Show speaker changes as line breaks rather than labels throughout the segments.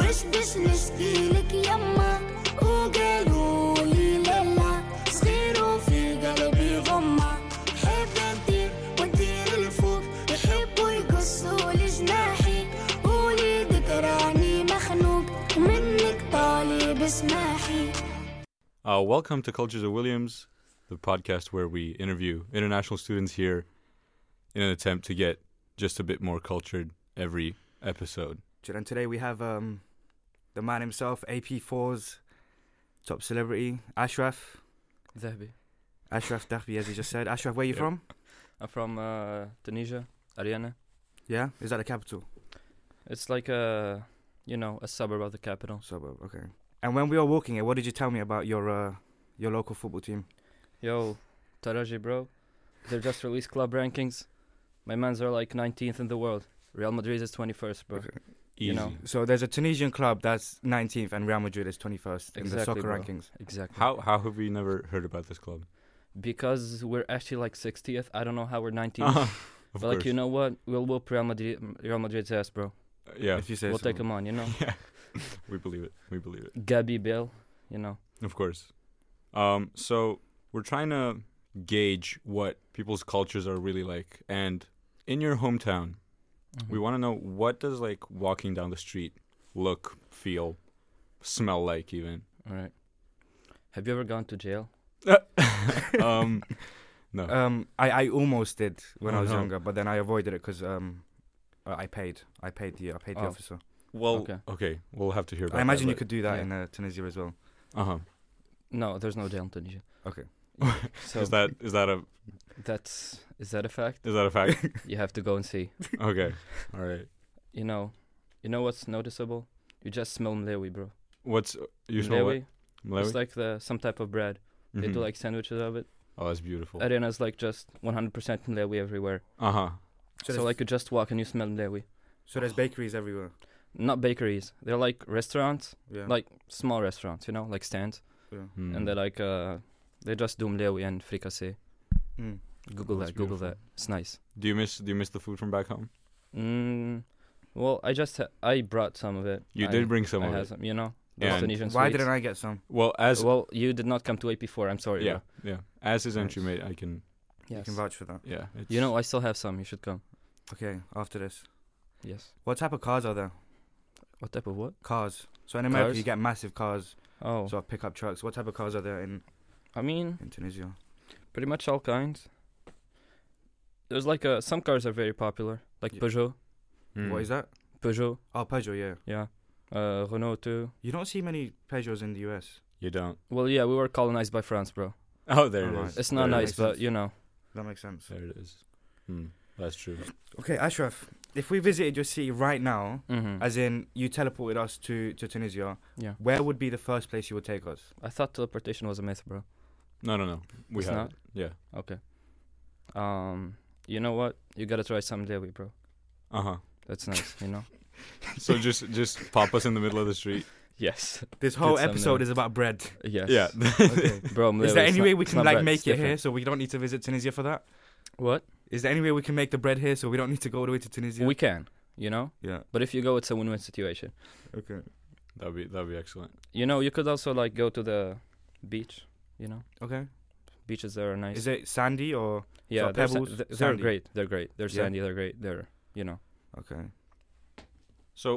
نشنش جيلك يما وقالوا لي لالا صغير في قلبي غمة حب أدير وأدير الفوق يحبوا يقصوا لي جناحي وليدك راني مخنوق ومنك طالب اسماحي
Uh, welcome to Cultures of Williams, the podcast where we interview international students here in an attempt to get just a bit more cultured every episode.
And today we have um, the man himself, AP4's top celebrity, Ashraf.
Zahbi.
Ashraf Dahbi, as he just said. Ashraf, where you
Yep.
from?
I'm from uh, Tunisia, Ariana.
Yeah? Is that the capital?
It's like a, you know, a suburb of the capital.
Suburb, okay. And when we were walking here, what did you tell me about your uh, your local football team?
Yo, Taraji, bro. They just released club rankings. My mans are like 19th in the world. Real Madrid is 21st, bro.
Easy.
You know.
So there's a Tunisian club that's 19th and Real Madrid is 21st in the
Exactly,
soccer
bro.
rankings.
Exactly.
How how have we never heard about this club?
Because we're actually like 60th. I don't know how we're 19th.
Uh-huh, of
but like, you know what? We'll whoop Real, Madrid, Real Madrid's ass, bro.
Uh, yeah,
If you say
We'll
so.
take them on, you know?
yeah, we believe it. We believe it.
Gabi Bell, you know?
Of course. Um, so we're trying to gauge what people's cultures are really like, and in your hometown, we want to know what does like walking down the street look, feel, smell like, even.
All right. Have you ever gone to jail?
um, no.
Um, I, I almost did when
Oh,
I was
Uh-huh.
no.
younger, but then I avoided it because um, uh, I paid. I paid the I paid the
Oh.
officer.
well, okay.
okay.
we'll have to hear about.
I imagine you could do that
yeah.
in uh, Tunisia as well.
Uh huh.
No, there's no jail in Tunisia.
Okay.
So
is that is that a
that's is that a fact?
is that a fact?
You have to go and see.
okay. All right.
You know, you know what's noticeable? You just smell mlewi, bro.
What's you smell? What? Malawi?
It's like the some type of bread. They do
Mhm.
like sandwiches of it.
Oh, that's beautiful.
Arena's like just 100% mlewi everywhere.
Uh huh.
So,
so
there's-
like you just walk and you smell mlewi.
so there's bakeries everywhere.
Not bakeries. They're like restaurants,
Yeah.
like small restaurants, you know, like stands.
yeah.
Hmm. Mm.
And they're like uh they just do mlewi and fricassee.
Mm.
Google
that's
that, Google
beautiful.
that. It's nice.
Do you miss Do you miss the food from back home?
Mm, well, I just ha- I brought some of it.
You
I-
did bring some
I
of
had
it.
some, you know,
Yeah,
those
and-
Tunisian
Why
sweets.
didn't I get some?
Well, as
well, you did not come to AP4. I'm sorry.
yeah,
bro.
yeah. As his entry
Nice.
mate, I can
You
Yes.
can vouch for that.
yeah. It's,
You know, I still have some. You should come.
Okay, after this.
Yes.
What type of cars are there?
What type of what?
Cars. So in America,
Cars?
you get massive cars,
Oh,
sort of pickup trucks. What type of cars are there in,
I mean,
in Tunisia?
pretty much all kinds. There's like uh some cars are very popular, like
Yeah.
Peugeot, Hmm.
Mm.
What is that?
Peugeot,
Oh, Peugeot, yeah.
yeah, uh, Renault too.
You don't see many Peugeots in the US.
You don't.
Well, yeah, we were colonized by France, bro.
Oh, there it
Alright.
is.
It's not
There it
nice,
is.
makes
but
sense.
you know,
That makes sense.
There it is. Mm. That's true.
Okay, Ashraf, if we visited your city right now,
hmm
as in you teleported us to, to Tunisia,
yeah.
where would be the first place you would take us?
I thought teleportation was a myth, bro.
No, no, no. We
It's
have
not?
it. Yeah.
Um, you know what? You gotta try some lewi, bro.
Uh huh.
That's nice, you know.
So just just pop us in the middle of the street.
yes.
This whole
Did some
episode
there.
is about bread.
Yes.
Yeah.
Okay.
Bro, mlewi,
is there
it's
any
not-
way we
it's
can
not
like
bread,
make
it's
it here
different.
so we don't need to visit Tunisia for that?
What?
Is there any way we can make the bread here so we don't need to go all the way to Tunisia?
We can, you know.
yeah.
But if you go, it's a win-win situation.
Okay.
that'd be that'd be excellent.
You know, you could also like go to the beach. You know,
Okay.
beaches there are nice.
Is it sandy or
yeah,
so
they're, sa-
pebbles,
th- they're
sandy?
great. They're great. They're
Yeah.
sandy. They're great. They're you know.
okay?
So,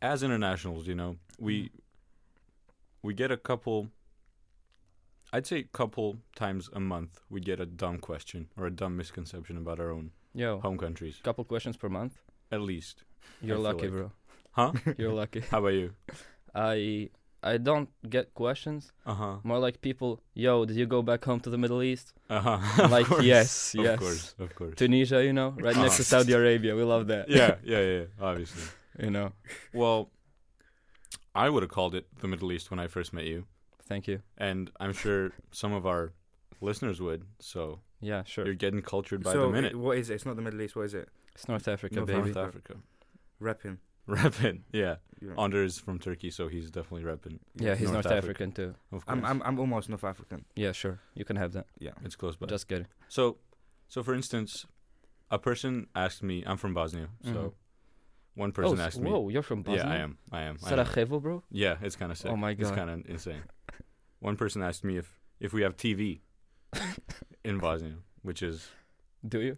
as internationals, you know, we
Mm-hmm.
we get a couple. I'd say couple times a month we get a dumb question or a dumb misconception about our own
Yo,
home countries,
couple questions per month.
at least.
You're
feel
lucky,
like-
bro.
Huh?
You're lucky.
How about you?
I I don't get questions.
Uh huh.
More like people. Yo, did you go back home to the Middle East?
Uh huh.
like yes,
Of
yes.
course, of course.
Tunisia, you know, right next to
Ah.
Saudi Arabia. We love that.
yeah, yeah, yeah. Obviously.
you know.
Well, I would have called it the Middle East when I first met you,
Thank you.
and I'm sure some of our listeners would. So
Yeah, sure.
you're getting cultured by
so
the minute.
it- what is it? It's not the Middle East. What is it?
it's North Africa,
North
baby.
North Africa.
Repping.
Reppin', yeah.
Yeah.
Onder is from Turkey, so he's definitely reppin'.
Oh, Yeah, he's
North
North,
Africa.
African too.
Of course,
I'm, I'm I'm almost North African.
Yeah, sure. You can have that.
Yeah.
it's close by.
Just get it.
so, so for instance, a person asked me, I'm from Bosnia, so
Mhm.
One person
oh, s-
asked me.
whoa, you're from Bosnia?
Yeah, I am. I am. I am.
Sarajevo, bro?
Yeah, it's kind of sick.
Oh my
It's
God.
kind of insane. One person asked me if if we have TV in Bosnia, which is
Do you?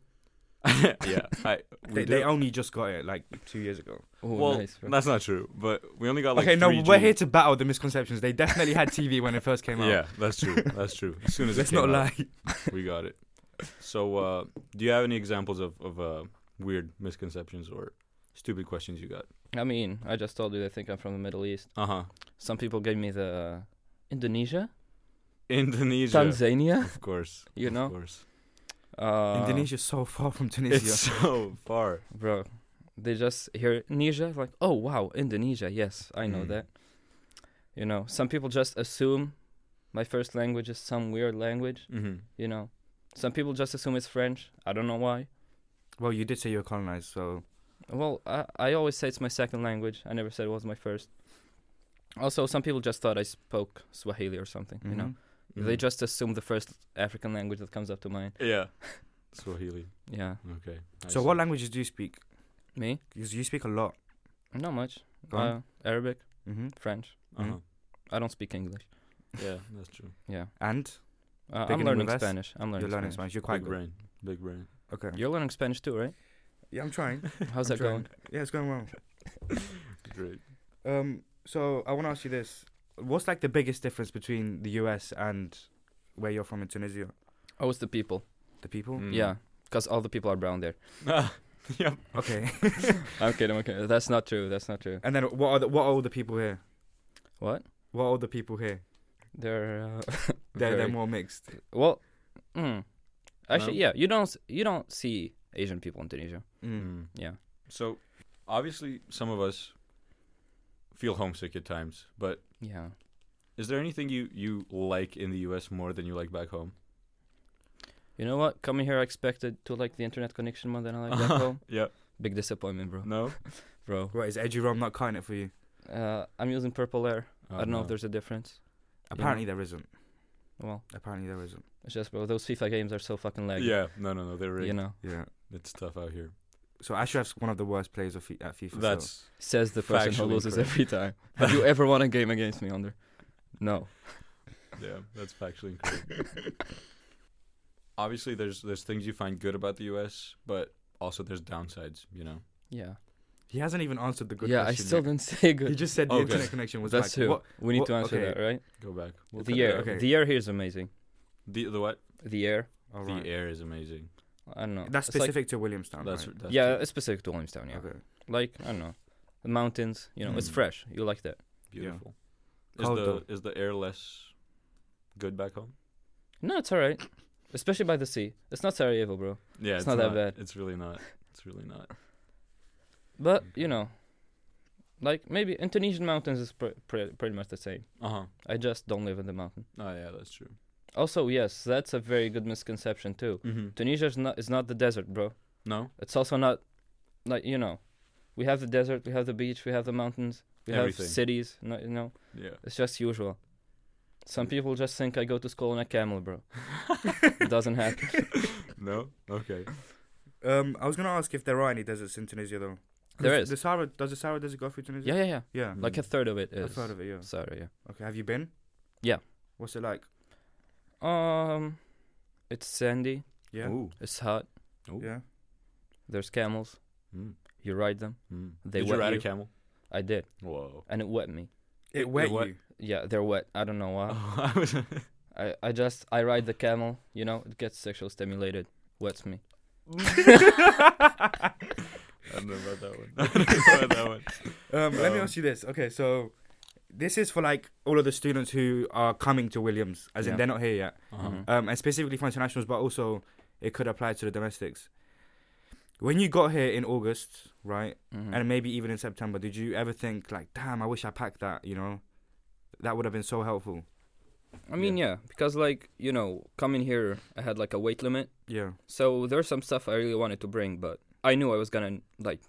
yeah. I, we
They,
do.
they only just got it like two years ago.
Oh,
well,
nice, bro.
that's not true. But we only got like.
okay, no,
3G.
we're here to battle the misconceptions. They definitely had TV when it first came out.
Yeah, that's true. That's true. As soon as
Let's
it came
not
out,
lie.
we got it. So, uh, do you have any examples of of uh, weird misconceptions or stupid questions you got?
I mean, I just told you they think I'm from the Middle East.
Uh huh.
Some people gave me the Indonesia,
Indonesia,
Tanzania.
of course.
You
of
know?
course.
Uh,
Indonesia's so far from Tunisia.
It's so far.
bro. They just hear Indonesia, like, oh wow, Indonesia. Yes, I know
Mm.
that. You know, some people just assume my first language is some weird language.
hmm
You know, some people just assume it's French. I don't know why.
Well, you did say you were colonized, so
Well, I, I always say it's my second language. I never said it was my first. Also, some people just thought I spoke Swahili or something. You know,
mhm.
Mm-hmm.
they just assume the first African language that comes up to mind.
yeah. Swahili.
Yeah,
Okay. I
So,
see.
what languages do you speak?
me,
'Cause you speak a lot.
not much.
Go on.
Uh, Arabic,
hmm
French.
Uh-huh.
I don't speak English.
Yeah, that's true.
Yeah,
And
uh, I'm
Beginning
learning
with S?
Spanish. I'm learning.
you're learning Spanish.
Spanish.
You're quite
Big
good.
brain. Big brain.
Okay.
You're learning Spanish too, right?
Yeah, I'm trying.
How's
I'm
that
trying.
going?
Yeah, it's going well.
Great.
Um, so I want to ask you this: What's like the biggest difference between the US and where you're from in Tunisia?
Oh, it's the people.
The people.
Mm.
Yeah. 'Cause Yeah, because all the people are brown there.
Mm.
yep.
Okay.
I'm kidding. I'm kidding. That's not true. That's not true.
and then what are the, what are all the people here?
What?
What are all the people here?
They're uh,
They're they're
very-
more mixed.
Well,
Hmm.
mm, actually,
No?
yeah, you don't s- you don't see Asian people in Tunisia.
Mm.
Mm.
Yeah,
So, obviously, some of us feel homesick at times, but
yeah.
is there anything you, you like in the U.S. more than you like back home?
You know what? Coming here, I expected to like the internet connection more than I like back home.
Yeah.
Big disappointment, bro.
No?
Bro,
What is Edurom not cutting it for you?
uh, I'm using Purple Air.
Oh,
I don't know if there's a difference.
Apparently there isn't.
Well,
Apparently there isn't.
it's just bro, those FIFA games are so fucking laggy.
Yeah. No, no, no. They're rigged.
You know,
Yeah.
It's tough out here.
So Ashraf's one of the worst players of fi- at FIFA. so-
That's.
says the person who
Factually
loses
correct.
every time. Have you ever won a game against me, Under? No.
Yeah, that's factually incorrect. Obviously, there's there's things you find good about the U.S., but also there's downsides. You know.
Yeah.
he hasn't even answered the good
yeah, I
question.
still
yet.
didn't say
He
good.
just said the
Okay.
internet connection was
That's
bad.
true.
What?
we need
what-
to answer
okay.
that, right?
Go back. We'll cut
the
that
air,
out.
okay.
the air here is amazing.
The the what?
The air,
All
the
right.
air is amazing.
I don't know.
That's
It's like-
specific to Williamstown.
That's,
right?
that's
yeah,
true.
it's specific to Williamstown. Yeah,
Okay.
like I don't know, the mountains. You know, it's
Mm.
fresh. You like that?
beautiful.
Cold
Is the
though.
is the air less good back home?
No, it's all right, especially by the sea. It's not Sarajevo, bro.
Yeah,
It's not that bad.
It's really not. It's really not.
But
Okay.
you know, like maybe Indonesian mountains is pr- pr- pretty much the same.
Uh huh.
I just don't live in the mountain.
Oh yeah, that's true.
Also, yes, that's a very good misconception too.
Mm-hmm.
Tunisia is not is not the desert, bro.
No,
It's also not like you know, we have the desert, we have the beach, we have the mountains, we
Everything.
have cities. No, you know,
yeah,
It's just usual. Some people just think I go to school on a camel, bro. it doesn't happen.
no. Okay.
Um, I was gonna ask if there are any deserts in Tunisia though. 'Cause
There is.
The Sahara does the Sahara desert go through Tunisia?
Yeah, yeah, yeah.
Yeah.
Like a
Mm.
third of it
I've
is.
heard of it. Yeah.
Sorry,
Okay. Have you been?
Yeah.
What's it like?
yeah. Um, it's sandy.
Yeah.
Ooh.
It's hot.
Ooh.
Yeah.
There's camels.
Mm.
You ride them.
Mm.
They
Did
wet
you ride a
you.
camel?
I did,
Whoa.
and it wet me.
It wet
what?
you.
Yeah, they're wet. I don't know why.
Oh, I was.
I, I just I ride the camel. You know, it gets sexual stimulated. Wets me.
I don't know about that one. I don't know about that one.
Um, let
Um,
me ask you this. Okay, so this is for like all of the students who are coming to Williams, as
Yeah.
in they're not here yet,
Uh-huh.
Mhm.
um, and specifically for internationals, but also it could apply to the domestics. When you got here in August, right,
Mhm.
and maybe even in September, did you ever think like, damn, I wish I packed that? You know, that would have been so helpful.
I mean,
yeah.
yeah, because like you know, coming here, I had like a weight limit.
Yeah,
So there's some stuff I really wanted to bring, but I knew I was gonna like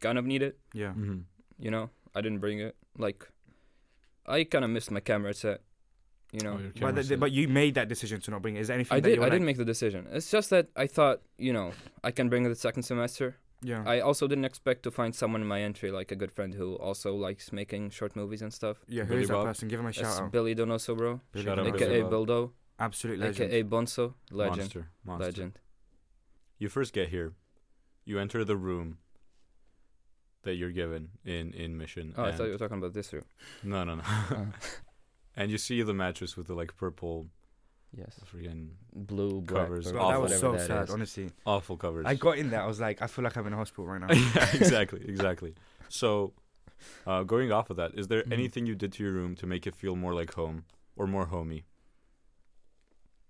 kind of need it.
yeah.
Mhm.
You know, I didn't bring it. Like, I kind of missed my camera set. You know,
Oh, your camera
But, th-
said-
but you made that decision to not bring it. Is there anything
I
that
did.
you're
I
like,
didn't make the decision. It's just that I thought, you know, I can bring it the second semester,
Yeah.
I also didn't expect to find someone in my entry, like a good friend who also likes making short movies and stuff.
yeah, who
Billy
is that
Bob.
person? Give him a
That's
shout out.
Billy Donoso, bro.
Billy
Shout out
Bob.
Billy
AKA
Bob.
Bildo,
Absolute legend.
AKA Bonso. Legend.
Monster. Monster.
Legend.
You first get here. You enter the room that you're given in in mission.
Oh, I
and-
thought you were talking about this room.
No, no, no.
Uh,
and you see the mattress with the like purple
yes.
freaking
Blue, black,
Covers
purple,
God, that was so
whatever that
sad,
is.
honestly.
awful covers.
I got in there. I was like, I feel like I'm in a hospital right now.
yeah, exactly, exactly. So, uh, going off of that, is there
Mhm.
anything you did to your room to make it feel more like home or more homey?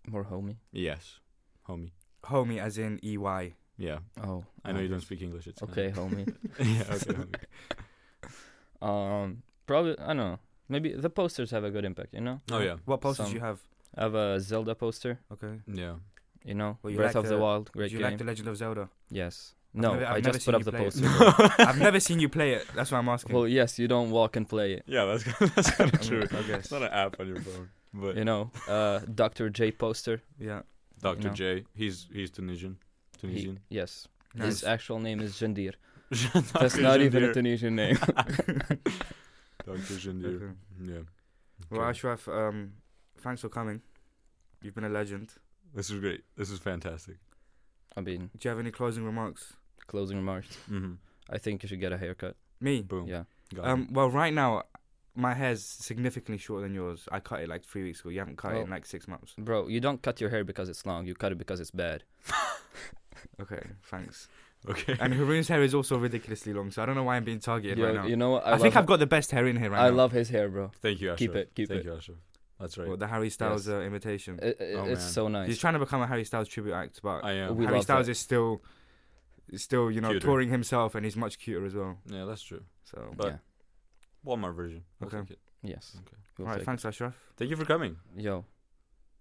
More homey.
Yes, homey.
Homie, as in E EY.
Yeah,
Oh.
I know you
okay.
don't speak English. It's
Okay, homie.
kinda- yeah, okay. homey.
Um, probably I don't know. Maybe the posters have a good impact, you know.
Oh yeah,
What posters
Some-
you have?
I have a Zelda poster,
Okay.
yeah.
you know,
Well, you
Breath
like
of the,
the-
Wild, great
Do you
game.
like The Legend of Zelda?
yes. No,
never- I've
I
never
just
seen
put up
you
the
play it.
poster.
I've never seen you play it. That's why I'm asking.
well, yes, you don't walk and play it,
Yeah, that's kinda, that's kind of
I
true.
mean, I guess.
It's not an app on your phone, but
you know. Uh, Doctor J poster.
Yeah.
Doctor
know.
J, he's he's Tunisian.
He-
Tunisian.
yes,
Nice.
his actual name is Jandir.
Dr.
That's not even a
Jandir.
Tunisian name.
Doctor Jandir.
Okay.
Yeah,
Well,
Okay.
Ashraf, um, thanks for coming. You've been a legend.
this is great. This is fantastic.
I mean,
Do you have any closing remarks?
closing remarks.
Mm-hmm.
I think you should get a haircut.
Me?
Boom.
Yeah.
Got it.
Um, well, right now, my hair's significantly shorter than yours. I cut it like three weeks ago. You haven't cut it
Well-
in like six months.
Bro, you don't cut your hair because it's long. You cut it because it's bad.
Okay, thanks.
okay.
and Haroon's hair is also ridiculously long, so I don't know why I'm being targeted
Yo,
right now.
You know what?
I, think
love-
I've got the best hair in here right
I
now.
love his hair, bro.
Thank you, Ashraf.
Keep it, keep
Thank
it.
you, Ashraf. That's right.
Well, the Harry Styles
Yes.
uh, imitation.
I- I-
Oh,
it's
man.
so nice.
He's trying to become a Harry Styles tribute act, but
I am.
we
Harry
love
Styles
that.
is still, is still you know
Cuter.
touring himself, and he's much cuter as well.
Yeah, that's true.
So,
But- Walmart version. We'll
Okay.
take it.
yeah. Yes.
Okay.
We'll
all right,
take-
thanks, Ashraf.
Thank you for coming.
Yo,